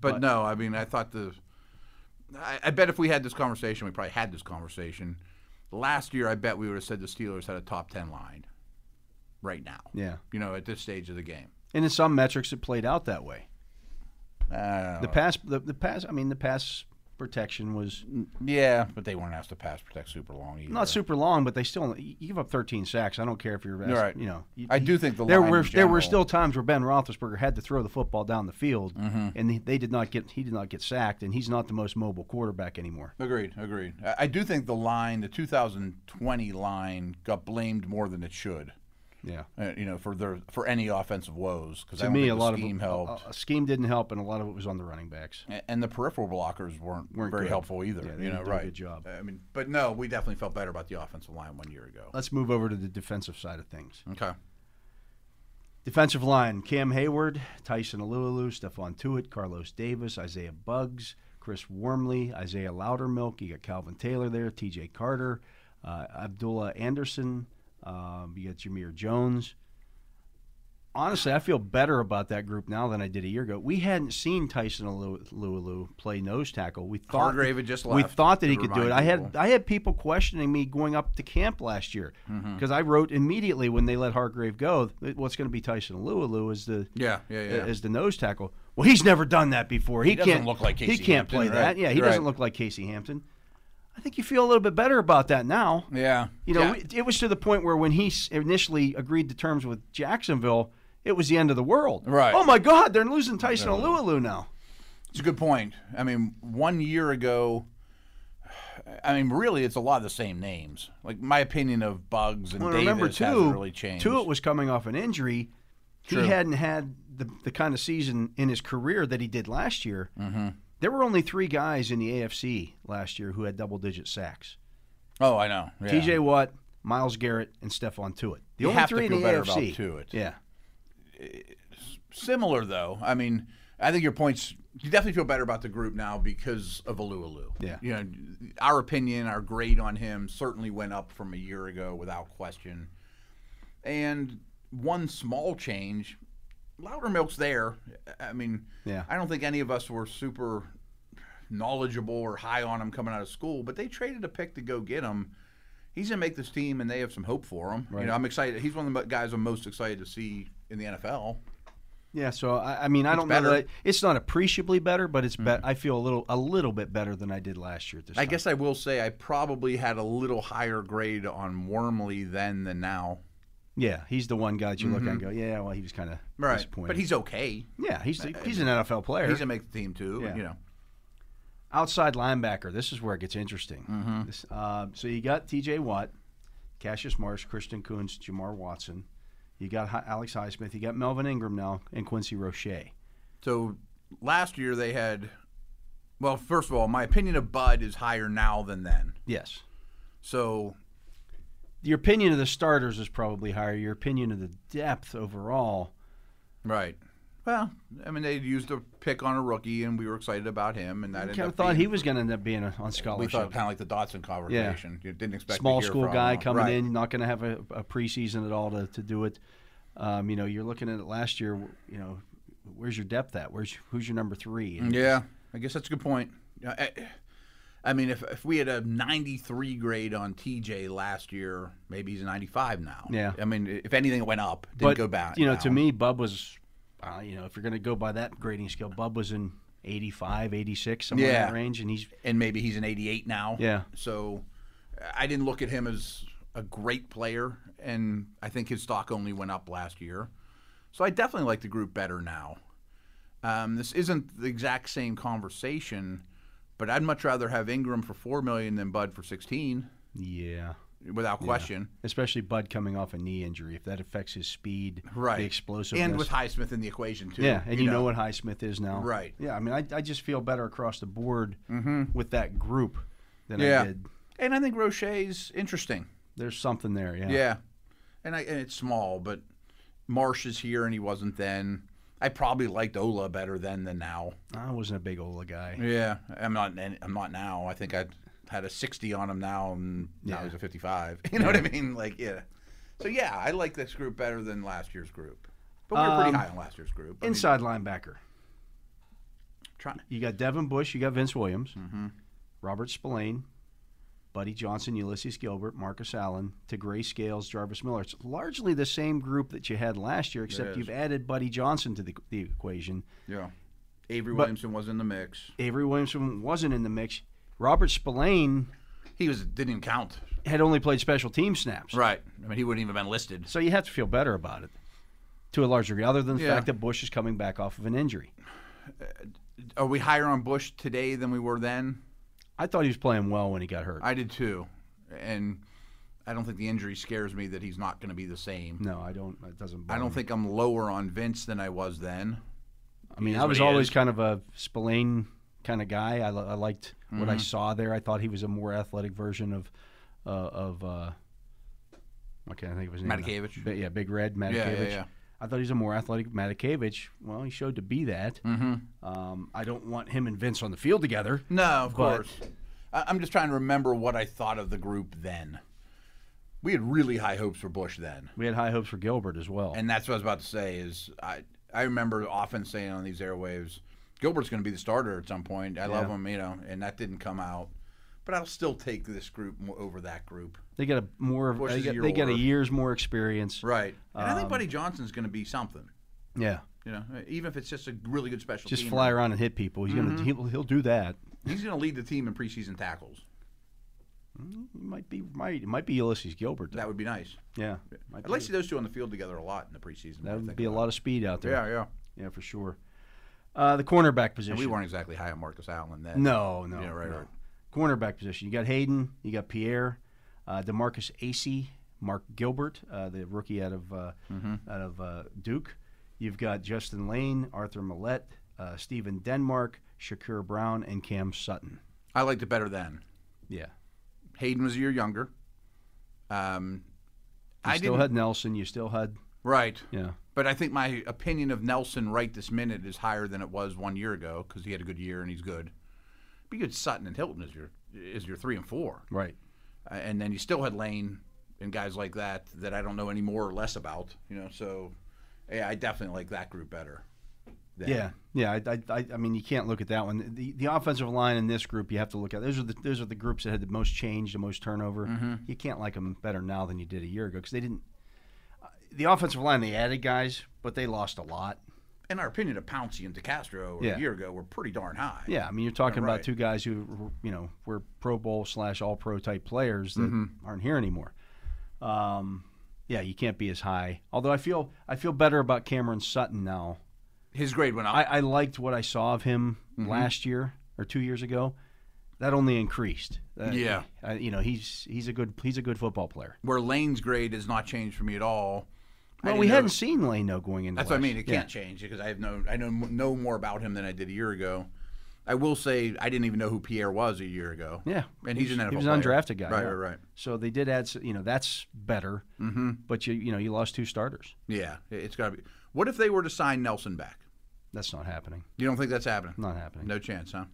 [SPEAKER 2] But, no, I mean, I thought the. I, I bet if we had this conversation, we probably had this conversation last year. I bet we would have said the Steelers had a top ten line right now.
[SPEAKER 1] yeah.
[SPEAKER 2] You know, at this stage of the game.
[SPEAKER 1] And in some metrics, it played out that way.
[SPEAKER 2] Uh,
[SPEAKER 1] The pass the, the pass I mean the pass protection was
[SPEAKER 2] yeah, but they weren't asked to pass protect super long either.
[SPEAKER 1] not super long, but they still you give up 13 sacks. I don't care if you're
[SPEAKER 2] You're right.
[SPEAKER 1] you know you-
[SPEAKER 2] I do think the
[SPEAKER 1] there
[SPEAKER 2] line
[SPEAKER 1] were
[SPEAKER 2] in
[SPEAKER 1] there were still
[SPEAKER 2] general-
[SPEAKER 1] times where Ben Roethlisberger had to throw the football down the field,
[SPEAKER 2] Mm-hmm.
[SPEAKER 1] and they, they did not get he did not get sacked, and he's not the most mobile quarterback anymore.
[SPEAKER 2] Agreed, agreed. I, I do think the line, the 2020 line, got blamed more than it should.
[SPEAKER 1] Yeah.
[SPEAKER 2] uh, you know, for their for any offensive woes. Because
[SPEAKER 1] To me, a
[SPEAKER 2] the
[SPEAKER 1] lot
[SPEAKER 2] scheme
[SPEAKER 1] of
[SPEAKER 2] helped,
[SPEAKER 1] Uh, scheme didn't help, and a lot of it was on the running backs.
[SPEAKER 2] A- and the peripheral blockers weren't,
[SPEAKER 1] Weren't
[SPEAKER 2] very
[SPEAKER 1] good.
[SPEAKER 2] helpful either.
[SPEAKER 1] Yeah, they
[SPEAKER 2] you know,
[SPEAKER 1] didn't do a
[SPEAKER 2] right?
[SPEAKER 1] good job.
[SPEAKER 2] I mean, but no, we definitely felt better about the offensive line one year ago.
[SPEAKER 1] Let's move over to the defensive side of things.
[SPEAKER 2] Okay,
[SPEAKER 1] Defensive line Cam Hayward, Tyson Alulu, Stephon Tuitt, Carlos Davis, Isaiah Bugs, Chris Wormley, Isaiah Loudermilk. You got Calvin Taylor there, TJ Carter, uh, Abdullah Anderson. Um, you got Jameer Jones. Honestly, I feel better about that group now than I did a year ago. We hadn't seen Tyson Alulu play nose tackle. We thought
[SPEAKER 2] Hargrave had just left.
[SPEAKER 1] we thought that
[SPEAKER 2] to
[SPEAKER 1] he could do it.
[SPEAKER 2] remind
[SPEAKER 1] I had
[SPEAKER 2] people.
[SPEAKER 1] I had people questioning me going up to camp last year
[SPEAKER 2] Mm-hmm.
[SPEAKER 1] because I wrote immediately when they let Hargrave go. that What's going to be Tyson Lualu is the
[SPEAKER 2] Yeah, yeah, yeah.
[SPEAKER 1] is the nose tackle. Well, he's never done that before. He,
[SPEAKER 2] doesn't
[SPEAKER 1] can't
[SPEAKER 2] look like
[SPEAKER 1] he
[SPEAKER 2] Casey
[SPEAKER 1] can't
[SPEAKER 2] Hampton,
[SPEAKER 1] play
[SPEAKER 2] right?
[SPEAKER 1] that. Yeah, he
[SPEAKER 2] Right.
[SPEAKER 1] doesn't look like Casey Hampton. I think you feel a little bit better about that now.
[SPEAKER 2] yeah,
[SPEAKER 1] You know,
[SPEAKER 2] Yeah.
[SPEAKER 1] it, it was to the point where when he s- initially agreed to terms with Jacksonville, it was the end of the world.
[SPEAKER 2] Right.
[SPEAKER 1] Oh my God, they're losing Tyson Alualu now.
[SPEAKER 2] It's a good point. I mean, one year ago, I mean, really, it's a lot of the same names. Like my opinion of Bugs and
[SPEAKER 1] Well,
[SPEAKER 2] Davis
[SPEAKER 1] remember
[SPEAKER 2] hasn't
[SPEAKER 1] too,
[SPEAKER 2] really changed.
[SPEAKER 1] Tuitt was coming off an injury.
[SPEAKER 2] True.
[SPEAKER 1] He hadn't had the, the kind of season in his career that he did last year. Mm-hmm. There were only three guys in the AFC last year who had double digit sacks:
[SPEAKER 2] oh, I know. Yeah.
[SPEAKER 1] T.J. Watt, Miles Garrett, and Stephon Tuitt. The
[SPEAKER 2] You
[SPEAKER 1] only
[SPEAKER 2] have to
[SPEAKER 1] three in
[SPEAKER 2] feel
[SPEAKER 1] the
[SPEAKER 2] better about
[SPEAKER 1] AFC.
[SPEAKER 2] Tuitt.
[SPEAKER 1] Yeah,
[SPEAKER 2] similar though. I mean, I think your points. You definitely feel better about the group now because of Alualu.
[SPEAKER 1] Yeah.
[SPEAKER 2] You know, our opinion, our grade on him certainly went up from a year ago without question. And one small change, Loudermilk's there. I mean,
[SPEAKER 1] Yeah.
[SPEAKER 2] I don't think any of us were super knowledgeable or high on him coming out of school, but they traded a pick to go get him. He's gonna make this team, and they have some hope for him. You know, I'm excited. He's one of the guys I'm most excited to see in the NFL.
[SPEAKER 1] yeah. So I, I mean, I don't know.
[SPEAKER 2] better. Mm-hmm.
[SPEAKER 1] That, it's not appreciably better, but it's bet. I feel a little a little bit better than I did last year. At this
[SPEAKER 2] I
[SPEAKER 1] time.
[SPEAKER 2] guess I will say I probably had a little higher grade on Wormley then than now.
[SPEAKER 1] Yeah, he's the one guy that you look at and go, yeah. Well, he was kind of disappointed.
[SPEAKER 2] Mm-hmm. But he's okay.
[SPEAKER 1] yeah, he's he's an NFL player.
[SPEAKER 2] He's gonna make the team too.
[SPEAKER 1] Yeah.
[SPEAKER 2] You know.
[SPEAKER 1] outside linebacker. This is where it gets interesting.
[SPEAKER 2] Mm-hmm.
[SPEAKER 1] This, uh, so you got T.J. Watt, Cassius Marsh, Christian Coons, Jamar Watson. You got Hi- Alex Highsmith. You got Melvin Ingram now and Quincy Roche.
[SPEAKER 2] So last year they had well, first of all, my opinion of Bud is higher now than then.
[SPEAKER 1] Yes.
[SPEAKER 2] So
[SPEAKER 1] Your opinion of the starters is probably higher. Your opinion of the depth overall.
[SPEAKER 2] Right. Well, I mean they used a pick on a rookie and we were excited about him and that
[SPEAKER 1] I
[SPEAKER 2] ended
[SPEAKER 1] kind of
[SPEAKER 2] up
[SPEAKER 1] thought
[SPEAKER 2] being-
[SPEAKER 1] he was going to end up being a, on
[SPEAKER 2] we thought
[SPEAKER 1] scholarship.
[SPEAKER 2] kind of like the Dotson conversation. You didn't expect to
[SPEAKER 1] Small
[SPEAKER 2] hear
[SPEAKER 1] school
[SPEAKER 2] from
[SPEAKER 1] guy
[SPEAKER 2] him.
[SPEAKER 1] coming
[SPEAKER 2] Right.
[SPEAKER 1] in, not going to have a, a preseason at all to, to do it. Um, you know, you're looking at it last year. You know, where's your depth at? Where's who's your number three? And
[SPEAKER 2] Yeah, I guess that's a good point. Yeah, I, I mean, if, if we had a 93 grade on TJ last year, maybe he's a 95 now.
[SPEAKER 1] Yeah.
[SPEAKER 2] I mean, if anything, it went up. Didn't
[SPEAKER 1] but
[SPEAKER 2] go back.
[SPEAKER 1] you know,
[SPEAKER 2] down.
[SPEAKER 1] to me, Bub was, uh, you know, if you're going to go by that grading scale, Bub was in 85, 86, somewhere in
[SPEAKER 2] Yeah.
[SPEAKER 1] that range, and he's
[SPEAKER 2] and maybe he's an 88 now.
[SPEAKER 1] Yeah.
[SPEAKER 2] So I didn't look at him as a great player, and I think his stock only went up last year. So I definitely like the group better now. Um, this isn't the exact same conversation, but I'd much rather have Ingram for four million than Bud for 16,
[SPEAKER 1] yeah.
[SPEAKER 2] without question.
[SPEAKER 1] Especially Bud coming off a knee injury, if that affects his speed,
[SPEAKER 2] right?
[SPEAKER 1] the explosiveness,
[SPEAKER 2] and with Highsmith in the equation too.
[SPEAKER 1] yeah, and you, know. what Highsmith is now,
[SPEAKER 2] Right. Mm-hmm.
[SPEAKER 1] Yeah, I mean, I, I just feel better across the board with that group than
[SPEAKER 2] Yeah,
[SPEAKER 1] I did.
[SPEAKER 2] and I think Roche's interesting.
[SPEAKER 1] There's something there, yeah.
[SPEAKER 2] Yeah, and I and it's small, but Marsh is here and he wasn't then. I probably liked Ola better then than now.
[SPEAKER 1] I wasn't a big Ola guy.
[SPEAKER 2] Yeah, I'm not. and I'm not now. I think I had a 60 on him now, and now
[SPEAKER 1] Yeah.
[SPEAKER 2] he's a 55. You know what I mean? Like, yeah. So yeah, I like this group better than last year's group. But we were pretty
[SPEAKER 1] Um,
[SPEAKER 2] high on last year's group. I mean,
[SPEAKER 1] Inside linebacker.
[SPEAKER 2] try-
[SPEAKER 1] You got Devin Bush, you got Vince Williams,
[SPEAKER 2] Mm-hmm.
[SPEAKER 1] Robert Spillane, Buddy Johnson, Ulysses Gilbert, Marcus Allen, Gray Scales, Jarvis Miller. It's largely the same group that you had last year, except
[SPEAKER 2] is.
[SPEAKER 1] you've added Buddy Johnson to the, the equation.
[SPEAKER 2] yeah. Avery Williamson was in the mix.
[SPEAKER 1] Avery Williamson wasn't in the mix. Robert Spillane
[SPEAKER 2] He was didn't even count.
[SPEAKER 1] had only played special team snaps.
[SPEAKER 2] Right. I mean, he wouldn't even been listed.
[SPEAKER 1] So you have to feel better about it to a large degree, other than the
[SPEAKER 2] Yeah.
[SPEAKER 1] fact that Bush is coming back off of an injury.
[SPEAKER 2] Are we higher on Bush today than we were then?
[SPEAKER 1] I thought he was playing well when he got hurt.
[SPEAKER 2] I did too, and I don't think the injury scares me that he's not going to be the same.
[SPEAKER 1] No, I don't. It doesn't.
[SPEAKER 2] I
[SPEAKER 1] bother
[SPEAKER 2] don't
[SPEAKER 1] me.
[SPEAKER 2] think I'm lower on Vince than I was then.
[SPEAKER 1] I mean,
[SPEAKER 3] is
[SPEAKER 1] I
[SPEAKER 3] what
[SPEAKER 1] was
[SPEAKER 3] he
[SPEAKER 1] always
[SPEAKER 3] is.
[SPEAKER 1] kind of a Spillane kind of guy. I, li- I liked what
[SPEAKER 2] Mm-hmm.
[SPEAKER 1] I saw there. I thought he was a more athletic version of uh, of. Uh, what can I think of his name? now?
[SPEAKER 2] Matakevich.
[SPEAKER 1] Bi- yeah, Big Red Matakevich.
[SPEAKER 2] Yeah, yeah, yeah.
[SPEAKER 1] I thought he was a more athletic Matakevich. Well, he showed to be that. Mm-hmm. Um, I don't want him and Vince on the field together.
[SPEAKER 2] No, of
[SPEAKER 1] But-
[SPEAKER 2] course. I, I'm just trying to remember what I thought of the group then. We had really high hopes for Bush then.
[SPEAKER 1] We had high hopes for Gilbert as well.
[SPEAKER 2] And that's what I was about to say is I I remember often saying on these airwaves, Gilbert's going to be the starter at some point. I love
[SPEAKER 1] Yeah.
[SPEAKER 2] him, you know, and that didn't come out. But I'll still take this group mo- over that group.
[SPEAKER 1] they got a more. of-
[SPEAKER 2] Bush
[SPEAKER 1] They
[SPEAKER 2] is a
[SPEAKER 1] got,
[SPEAKER 2] year
[SPEAKER 1] they got a
[SPEAKER 2] older.
[SPEAKER 1] year's more experience.
[SPEAKER 2] Right. And
[SPEAKER 1] Um,
[SPEAKER 2] I think Buddy Johnson's going to be something,
[SPEAKER 1] Yeah.
[SPEAKER 2] you know, even if it's just a really good special
[SPEAKER 1] Just
[SPEAKER 2] teamer.
[SPEAKER 1] fly around and hit people. He's
[SPEAKER 2] Mm-hmm.
[SPEAKER 1] gonna. He'll, he'll do that.
[SPEAKER 2] He's going to lead the team in preseason tackles.
[SPEAKER 1] He might be right. It might be Ulysses Gilbert. though.
[SPEAKER 2] That would be nice.
[SPEAKER 1] yeah. Might
[SPEAKER 2] I'd like
[SPEAKER 1] be.
[SPEAKER 2] to see those two on the field together a lot in the preseason. when I
[SPEAKER 1] That would
[SPEAKER 2] think
[SPEAKER 1] be a
[SPEAKER 2] about
[SPEAKER 1] lot of speed out
[SPEAKER 2] it.
[SPEAKER 1] there.
[SPEAKER 2] Yeah, yeah.
[SPEAKER 1] Yeah, for sure. Uh, the cornerback position.
[SPEAKER 2] And we weren't exactly high on Marcus Allen then.
[SPEAKER 1] No, no,
[SPEAKER 2] Yeah, right,
[SPEAKER 1] no.
[SPEAKER 2] right.
[SPEAKER 1] Cornerback position. You got Hayden. You got Pierre, uh, Demarcus Acey, Mark Gilbert, uh, the rookie out of uh,
[SPEAKER 2] Mm-hmm.
[SPEAKER 1] out of uh, Duke. You've got Justin Lane, Arthur Millette, uh, Stephen Denmark, Shakur Brown, and Cam Sutton.
[SPEAKER 2] I liked it better then.
[SPEAKER 1] Yeah.
[SPEAKER 2] Hayden was a year younger. Um,
[SPEAKER 1] You
[SPEAKER 2] I
[SPEAKER 1] still
[SPEAKER 2] didn't-
[SPEAKER 1] had Nelson. You still had
[SPEAKER 2] Right.
[SPEAKER 1] yeah.
[SPEAKER 2] But I think my opinion of Nelson right this minute is higher than it was one year ago because he had a good year and he's good. But you had Sutton and Hilton as your is your three and four,
[SPEAKER 1] Right.
[SPEAKER 2] Uh, and then you still had Lane and guys like that that I don't know any more or less about. You know, so yeah, I definitely like that group better. than-
[SPEAKER 1] Yeah, yeah. I, I- I, I mean, you can't look at that one. The, the offensive line in this group, you have to look at. Those are the those are the groups that had the most change, the most turnover. You can't like them better now than you did a year ago because they didn't. uh, The offensive line, they added guys, but they lost a lot.
[SPEAKER 2] In our opinion of Pouncey and DeCastro
[SPEAKER 1] Yeah.
[SPEAKER 2] a year ago were pretty darn high.
[SPEAKER 1] Yeah, I mean, you're talking
[SPEAKER 2] Yeah, right.
[SPEAKER 1] about two guys who, were, you know, were Pro Bowl slash All Pro type players that aren't here anymore. Um, yeah, you can't be as high. Although I feel I feel better about Cameron Sutton now
[SPEAKER 2] His grade went up.
[SPEAKER 1] I, I liked what I saw of him
[SPEAKER 2] Mm-hmm.
[SPEAKER 1] last year or two years ago. That only increased. Uh,
[SPEAKER 2] Yeah.
[SPEAKER 1] uh, you know he's he's a good he's a good football player.
[SPEAKER 2] where Lane's grade has not changed for me at all. I
[SPEAKER 1] Well,
[SPEAKER 2] didn't
[SPEAKER 1] we
[SPEAKER 2] know-
[SPEAKER 1] hadn't seen Lane though going into.
[SPEAKER 2] That's what I
[SPEAKER 1] last-
[SPEAKER 2] mean. It can't change because I have no, I know know more about him than I did a year ago. I will say I didn't even know who Pierre was a year ago.
[SPEAKER 1] Yeah. yeah,
[SPEAKER 2] and he's an NFL
[SPEAKER 1] he was
[SPEAKER 2] player.
[SPEAKER 1] an undrafted guy.
[SPEAKER 2] Right,
[SPEAKER 1] yeah.
[SPEAKER 2] right, right.
[SPEAKER 1] So they did add. s- You know that's better. Mm-hmm. But you you know you lost two starters.
[SPEAKER 2] Yeah, it- it's got to be. What if they were to sign Nelson back?
[SPEAKER 1] That's not happening.
[SPEAKER 2] You don't think that's happening?
[SPEAKER 1] Not happening.
[SPEAKER 2] No chance, huh?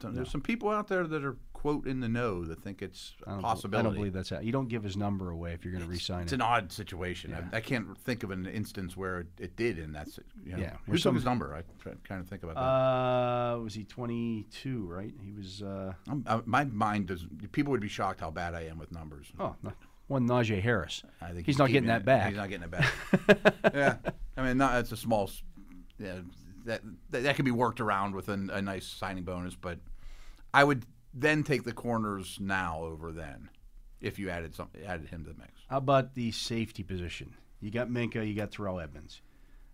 [SPEAKER 2] So There's some people out there that are quote in the know that think it's
[SPEAKER 1] I
[SPEAKER 2] a
[SPEAKER 1] don't,
[SPEAKER 2] possibility.
[SPEAKER 1] I don't believe that's how. You don't give his number away if you're going to resign
[SPEAKER 2] it's
[SPEAKER 1] him.
[SPEAKER 2] an odd situation. I, I can't think of an instance where it, it did in that. si- You know,
[SPEAKER 1] Yeah,
[SPEAKER 2] who
[SPEAKER 1] where
[SPEAKER 2] took
[SPEAKER 1] some-
[SPEAKER 2] his number? I try, kind of think about that.
[SPEAKER 1] Uh, was he 22? Right, he was. Uh,
[SPEAKER 2] I'm, I, my mind does. People would be shocked how bad I am with numbers.
[SPEAKER 1] oh, no- one Najee Harris.
[SPEAKER 2] I think
[SPEAKER 1] he's not getting
[SPEAKER 2] keeping
[SPEAKER 1] that
[SPEAKER 2] it.
[SPEAKER 1] back.
[SPEAKER 2] He's not getting it back. yeah, I mean, not, that's a small. s- Yeah, that that, that could be worked around with an, a nice signing bonus, but I would then take the corners now over then, if you added something, added him to the mix.
[SPEAKER 1] How about the safety position? You got Minka, you got Terrell Edmonds.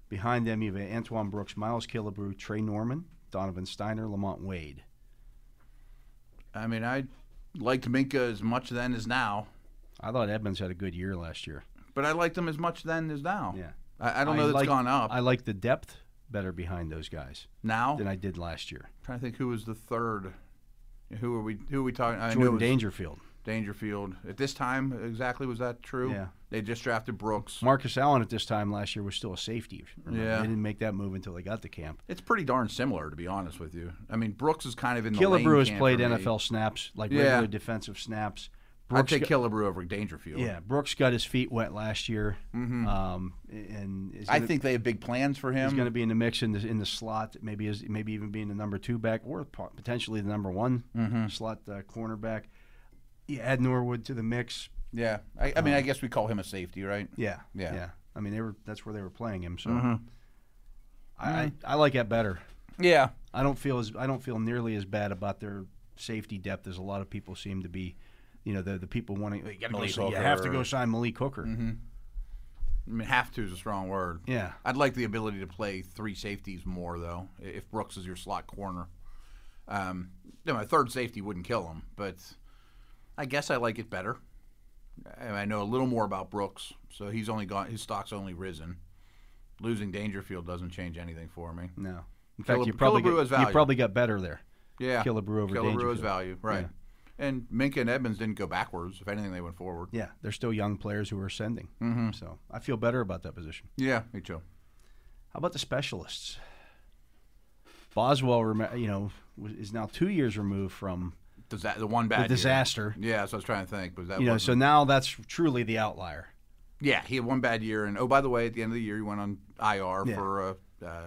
[SPEAKER 1] Behind them, you have Antoine Brooks, Miles Killebrew, Trey Norman, Donovan Steiner, Lamont Wade.
[SPEAKER 2] I mean, I liked Minka as much then as now,
[SPEAKER 1] I thought Edmonds had a good year last year.
[SPEAKER 2] but I liked him as much then as now.
[SPEAKER 1] Yeah.
[SPEAKER 2] I, I don't know that's
[SPEAKER 1] like-
[SPEAKER 2] gone up
[SPEAKER 1] I like the depth better behind those guys
[SPEAKER 2] now.
[SPEAKER 1] than I did last year.
[SPEAKER 2] trying to think who was the third. Who are we? Who are we talking? I knew it
[SPEAKER 1] Jordan
[SPEAKER 2] was-
[SPEAKER 1] Dangerfield.
[SPEAKER 2] Dangerfield. At this time, exactly was that true?
[SPEAKER 1] Yeah.
[SPEAKER 2] They just drafted Brooks.
[SPEAKER 1] Marcus Allen at this time last year was still a safety. remember?
[SPEAKER 2] Yeah.
[SPEAKER 1] They didn't make that move until they got to camp.
[SPEAKER 2] It's pretty darn similar, to be honest with you. I mean, Brooks is kind of in the lane
[SPEAKER 1] Killebrew has
[SPEAKER 2] camp
[SPEAKER 1] played
[SPEAKER 2] for me.
[SPEAKER 1] NFL snaps, like
[SPEAKER 2] Yeah.
[SPEAKER 1] regular defensive snaps.
[SPEAKER 2] I'd
[SPEAKER 1] Brooks got-
[SPEAKER 2] take Killebrew over Dangerfield.
[SPEAKER 1] yeah, Brooks got his feet wet last year. Um, and is
[SPEAKER 2] Mm-hmm. I
[SPEAKER 1] gonna-
[SPEAKER 2] think they have big plans for
[SPEAKER 1] He's
[SPEAKER 2] him.
[SPEAKER 1] going to be in the mix in the in the slot. Maybe is maybe even being the number two back or po- potentially the number one
[SPEAKER 2] Mm-hmm.
[SPEAKER 1] slot uh, cornerback. You add Norwood to the mix.
[SPEAKER 2] yeah. I, I mean, I guess we call him a safety, right?
[SPEAKER 1] Yeah,
[SPEAKER 2] Yeah. Mm-hmm.
[SPEAKER 1] yeah. I mean, they were that's where they were playing him. So I, I I like that better.
[SPEAKER 2] Yeah.
[SPEAKER 1] I don't feel as I don't feel nearly as bad about their safety depth as a lot of people seem to be. You know, the the people wanting you, gotta go,
[SPEAKER 2] Malik
[SPEAKER 1] sign- you have to
[SPEAKER 2] Hooker. Mm-hmm.
[SPEAKER 1] go sign Malik Hooker.
[SPEAKER 2] I mean, have to is a strong word.
[SPEAKER 1] Yeah.
[SPEAKER 2] I'd like the ability to play three safeties more, though, i- if Brooks is your slot corner. Um, no, my third safety wouldn't kill him, but I guess I like it better. I I know a little more about Brooks, so he's only gone. His stock's only risen. Losing Dangerfield doesn't change anything for me.
[SPEAKER 1] No. In fact,
[SPEAKER 2] Killab-
[SPEAKER 1] you probably
[SPEAKER 2] Killebrew
[SPEAKER 1] got,
[SPEAKER 2] has
[SPEAKER 1] you
[SPEAKER 2] value.
[SPEAKER 1] probably got better there.
[SPEAKER 2] Yeah,
[SPEAKER 1] Killebrew over
[SPEAKER 2] Killebrew
[SPEAKER 1] Dangerfield.
[SPEAKER 2] is value, right? And Minka and Edmonds didn't go backwards. If anything, they went forward.
[SPEAKER 1] Yeah, they're still young players who are ascending.
[SPEAKER 2] Mm-hmm.
[SPEAKER 1] So I feel better about that position.
[SPEAKER 2] Yeah, me too.
[SPEAKER 1] How about the specialists? Boswell, rem- you know, was- is now two years removed from
[SPEAKER 2] Does that the one bad
[SPEAKER 1] the
[SPEAKER 2] year.
[SPEAKER 1] disaster.
[SPEAKER 2] Yeah, so I was trying to think, but that
[SPEAKER 1] You know, so
[SPEAKER 2] wasn't-
[SPEAKER 1] now that's truly the outlier.
[SPEAKER 2] yeah, he had one bad year, and oh by the way, at the end of the year, he went on IR
[SPEAKER 1] Yeah.
[SPEAKER 2] for a, uh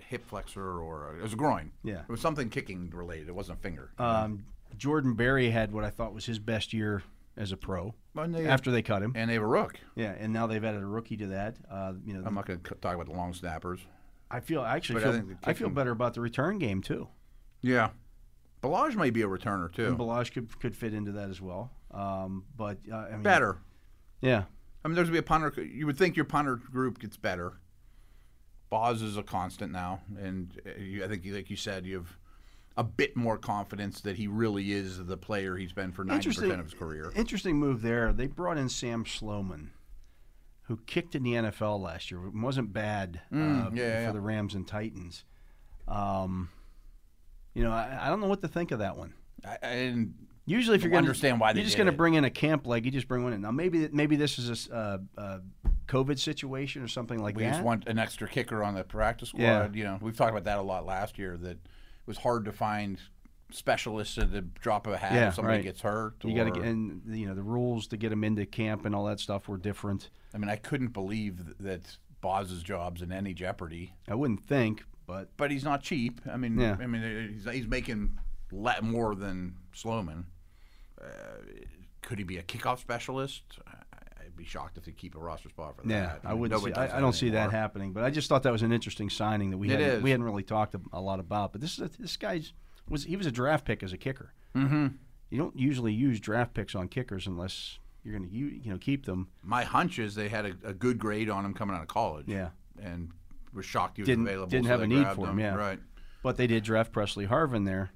[SPEAKER 2] hip flexor or a, it was a groin.
[SPEAKER 1] Yeah.
[SPEAKER 2] it was something kicking related. It wasn't a finger.
[SPEAKER 1] Um, Jordan Berry had what I thought was his best year as a pro
[SPEAKER 2] But they-
[SPEAKER 1] after they cut him.
[SPEAKER 2] and they have a rook.
[SPEAKER 1] Yeah, and now they've added a rookie to that. Uh, you know,
[SPEAKER 2] I'm not going to talk about the long snappers.
[SPEAKER 1] I feel I actually
[SPEAKER 2] Um, But
[SPEAKER 1] feel,
[SPEAKER 2] I think the
[SPEAKER 1] I feel
[SPEAKER 2] kicking-
[SPEAKER 1] better about the return game too.
[SPEAKER 2] Yeah, Balaj may be a returner too.
[SPEAKER 1] And Balazs could could fit into that as well. Um, but uh, I mean,
[SPEAKER 2] Better.
[SPEAKER 1] Yeah,
[SPEAKER 2] I mean, there's gonna be a punter. You would think your punter group gets better. Boz is a constant now, and uh, you, I think, like you said, you have a bit more confidence that he really is the player he's been for ninety
[SPEAKER 1] interesting
[SPEAKER 2] percent of his career.
[SPEAKER 1] Interesting move there. They brought in Sam Sloman, who kicked in the NFL last year. wasn't bad uh,
[SPEAKER 2] Mm, yeah, yeah,
[SPEAKER 1] for
[SPEAKER 2] yeah.
[SPEAKER 1] the Rams and Titans. Um, you know, I, I don't know what to think of that one.
[SPEAKER 2] I, I didn't.
[SPEAKER 1] Usually, if you're
[SPEAKER 2] Don't
[SPEAKER 1] going to
[SPEAKER 2] understand why they
[SPEAKER 1] you're just
[SPEAKER 2] did
[SPEAKER 1] going to
[SPEAKER 2] it.
[SPEAKER 1] bring in a camp leg, you just bring one in. Now, maybe maybe this is a s- uh, uh, COVID situation or something like
[SPEAKER 2] We
[SPEAKER 1] that.
[SPEAKER 2] just want an extra kicker on the practice squad.
[SPEAKER 1] Yeah.
[SPEAKER 2] You know, we've talked about that a lot last year. That it was hard to find specialists at the drop of a hat
[SPEAKER 1] Yeah,
[SPEAKER 2] if somebody
[SPEAKER 1] right.
[SPEAKER 2] gets hurt.
[SPEAKER 1] you got to
[SPEAKER 2] or-
[SPEAKER 1] and you know the rules to get them into camp and all that stuff were different.
[SPEAKER 2] I mean, I couldn't believe th- that Boz's job's in any jeopardy.
[SPEAKER 1] I wouldn't think, but
[SPEAKER 2] but he's not cheap. I mean,
[SPEAKER 1] Yeah.
[SPEAKER 2] I mean, uh, he's, he's making lot more than Sloman. Uh, could he be a kickoff specialist? I- I'd be shocked if they keep a roster spot for that.
[SPEAKER 1] Yeah, I wouldn't.
[SPEAKER 2] nobody
[SPEAKER 1] See,
[SPEAKER 2] does
[SPEAKER 1] I, I don't see that
[SPEAKER 2] anymore.
[SPEAKER 1] happening. But I just thought that was an interesting signing that we
[SPEAKER 2] It
[SPEAKER 1] hadn't,
[SPEAKER 2] is.
[SPEAKER 1] we hadn't really talked a, a lot about. But this is a, this guy's was he was a draft pick as a kicker. Mm-hmm. You don't usually use draft picks on kickers unless you're going to you, you know keep them.
[SPEAKER 2] My hunch is they had a, a good grade on him coming out of college.
[SPEAKER 1] Yeah.
[SPEAKER 2] and were shocked he was
[SPEAKER 1] Didn't-
[SPEAKER 2] available.
[SPEAKER 1] didn't
[SPEAKER 2] so
[SPEAKER 1] have
[SPEAKER 2] they
[SPEAKER 1] a need
[SPEAKER 2] grabbed
[SPEAKER 1] for him, yeah.
[SPEAKER 2] right.
[SPEAKER 1] But they did draft Presley Harvin there,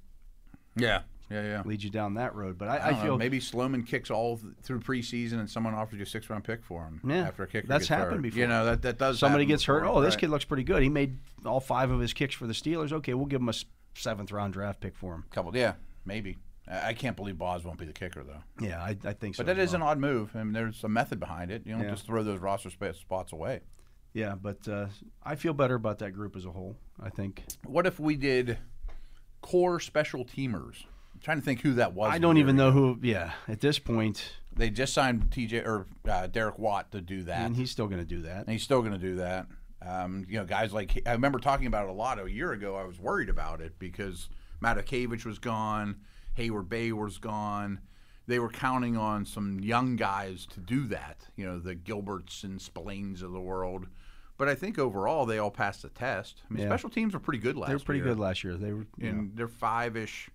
[SPEAKER 2] Yeah, yeah, yeah.
[SPEAKER 1] lead you down that road. But I, I,
[SPEAKER 2] I, don't know,
[SPEAKER 1] feel
[SPEAKER 2] maybe Sloman kicks all th- through preseason, and someone offers you a six-round pick for him
[SPEAKER 1] Yeah,
[SPEAKER 2] after a kicker.
[SPEAKER 1] that's
[SPEAKER 2] gets
[SPEAKER 1] happened
[SPEAKER 2] hurt.
[SPEAKER 1] before.
[SPEAKER 2] You know that that does.
[SPEAKER 1] somebody
[SPEAKER 2] happen
[SPEAKER 1] gets hurt.
[SPEAKER 2] before,
[SPEAKER 1] Oh, this
[SPEAKER 2] right.
[SPEAKER 1] kid looks pretty good. He made all five of his kicks for the Steelers. Okay, we'll give him a s- seventh round draft pick for him.
[SPEAKER 2] Couple, yeah, maybe. I I can't believe Boz won't be the kicker though.
[SPEAKER 1] Yeah, I, I think so.
[SPEAKER 2] But that
[SPEAKER 1] as
[SPEAKER 2] is
[SPEAKER 1] well.
[SPEAKER 2] an odd move. I mean, there's a method behind it. You don't
[SPEAKER 1] Yeah.
[SPEAKER 2] just throw those roster spa- spots away.
[SPEAKER 1] yeah. But uh, I feel better about that group as a whole. I think.
[SPEAKER 2] What if we did core special teamers? I'm trying to think who that was.
[SPEAKER 1] I don't even know who. Yeah, at this point,
[SPEAKER 2] They just signed TJ or uh, Derek Watt to do that,
[SPEAKER 1] and
[SPEAKER 2] and
[SPEAKER 1] he's still going to do that.
[SPEAKER 2] he's still going to do that. Um, you know, guys like I remember talking about it a lot a year ago. I was worried about it because Matakavich was gone, Hayward Bay was gone. They were counting on some young guys to do that. You know, the Gilberts and Spillanes of the world. But I think overall they all passed the test. I mean,
[SPEAKER 1] Yeah.
[SPEAKER 2] special teams were pretty good last
[SPEAKER 1] They
[SPEAKER 2] year.
[SPEAKER 1] were pretty good last year. They were. You know,
[SPEAKER 2] and their five-ish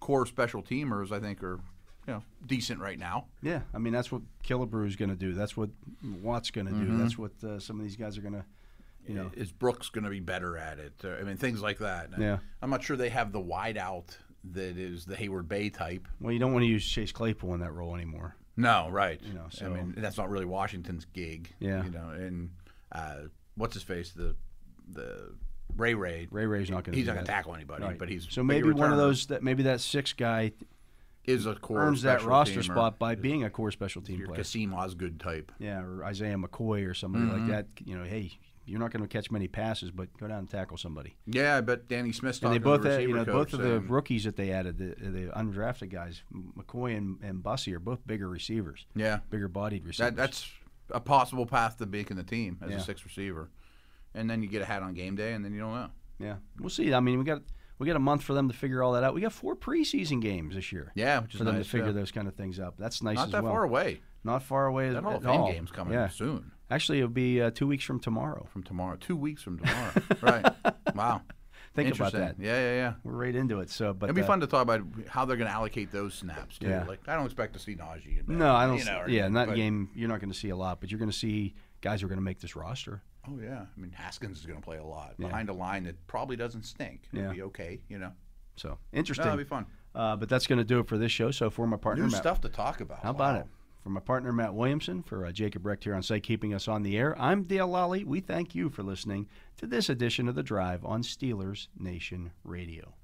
[SPEAKER 2] core special teamers, I think, are you know decent right now.
[SPEAKER 1] yeah, I mean that's what Killebrew is going to do. That's what Watt's going to
[SPEAKER 2] Mm-hmm.
[SPEAKER 1] do. That's what uh, some of these guys are going to. You know,
[SPEAKER 2] Is Brooks going to be better at it? Uh, I mean, things like that.
[SPEAKER 1] Yeah.
[SPEAKER 2] I'm not sure they have the wideout that is the Hayward Bay type.
[SPEAKER 1] well, you don't want to use Chase Claypool in that role anymore.
[SPEAKER 2] No, right. You
[SPEAKER 1] know,
[SPEAKER 2] I
[SPEAKER 1] so-
[SPEAKER 2] mean, that's not really Washington's gig.
[SPEAKER 1] Yeah.
[SPEAKER 2] You know, and uh, what's his face? The the Ray Ray.
[SPEAKER 1] Ray Ray's not going to.
[SPEAKER 2] He's
[SPEAKER 1] do
[SPEAKER 2] not going
[SPEAKER 1] that.
[SPEAKER 2] to tackle anybody,
[SPEAKER 1] Right.
[SPEAKER 2] but he's
[SPEAKER 1] so
[SPEAKER 2] but he
[SPEAKER 1] maybe one of
[SPEAKER 2] returner
[SPEAKER 1] those that maybe that six guy
[SPEAKER 2] is a core
[SPEAKER 1] earns that
[SPEAKER 2] special
[SPEAKER 1] roster
[SPEAKER 2] teamer.
[SPEAKER 1] spot by being a core special team
[SPEAKER 2] your
[SPEAKER 1] player.
[SPEAKER 2] Kasim Osgood type.
[SPEAKER 1] Yeah, or Isaiah McCoy or somebody
[SPEAKER 2] Mm-hmm.
[SPEAKER 1] like that. You know, hey, you're not going to catch many passes, but go down and tackle somebody.
[SPEAKER 2] Yeah, I bet Danny Smith's
[SPEAKER 1] And
[SPEAKER 2] talking
[SPEAKER 1] they
[SPEAKER 2] to
[SPEAKER 1] both,
[SPEAKER 2] the
[SPEAKER 1] had,
[SPEAKER 2] receiver
[SPEAKER 1] you know,
[SPEAKER 2] coach
[SPEAKER 1] both of the
[SPEAKER 2] saying-
[SPEAKER 1] rookies that they added, the, the undrafted guys, McCoy and, and Bussy, are both bigger receivers,
[SPEAKER 2] yeah.
[SPEAKER 1] bigger bodied receivers.
[SPEAKER 2] That, that's a possible path to making the team as
[SPEAKER 1] Yeah.
[SPEAKER 2] a sixth receiver, and then you get a hat on game day, and then you don't know.
[SPEAKER 1] yeah. We'll see. I mean, we got we got a month for them to figure all that out. We got four preseason games this year.
[SPEAKER 2] Yeah, which is
[SPEAKER 1] for them
[SPEAKER 2] nice,
[SPEAKER 1] to figure
[SPEAKER 2] yeah.
[SPEAKER 1] those kind of things out. That's nice
[SPEAKER 2] Not
[SPEAKER 1] as
[SPEAKER 2] that
[SPEAKER 1] well.
[SPEAKER 2] far away.
[SPEAKER 1] Not far away.
[SPEAKER 2] That
[SPEAKER 1] at
[SPEAKER 2] Hall of
[SPEAKER 1] all.
[SPEAKER 2] Fame game's coming
[SPEAKER 1] Yeah.
[SPEAKER 2] up soon
[SPEAKER 1] Actually, it'll be uh, two weeks from tomorrow.
[SPEAKER 2] from tomorrow. Two weeks from tomorrow. right. Wow.
[SPEAKER 1] Think about
[SPEAKER 2] Interesting.
[SPEAKER 1] that.
[SPEAKER 2] Yeah, yeah, yeah.
[SPEAKER 1] We're right into it. So, but
[SPEAKER 2] It'd be
[SPEAKER 1] uh,
[SPEAKER 2] fun to talk about how they're going to allocate those snaps too.
[SPEAKER 1] Yeah.
[SPEAKER 2] Like I don't expect to see Najee. and-
[SPEAKER 1] No, I don't.
[SPEAKER 2] you
[SPEAKER 1] see-
[SPEAKER 2] know, or-
[SPEAKER 1] yeah, not
[SPEAKER 2] but-
[SPEAKER 1] game. You're not going to see a lot, but you're going to see guys who are going to make this roster.
[SPEAKER 2] Oh yeah, I mean Haskins is going to play a lot behind a line that probably doesn't stink.
[SPEAKER 1] Yeah.
[SPEAKER 2] It'll be okay, you know.
[SPEAKER 1] So
[SPEAKER 2] No,
[SPEAKER 1] interesting.
[SPEAKER 2] that'd be fun.
[SPEAKER 1] Uh, but that's going to do it for this show. So for my partner,
[SPEAKER 2] New
[SPEAKER 1] Matt,
[SPEAKER 2] stuff to talk about.
[SPEAKER 1] how about
[SPEAKER 2] Wow.
[SPEAKER 1] it? For my partner, Matt Williamson, for uh, Jacob Recht here on site keeping us on the air, I'm Dale Lally. We thank you for listening to this edition of The Drive on Steelers Nation Radio.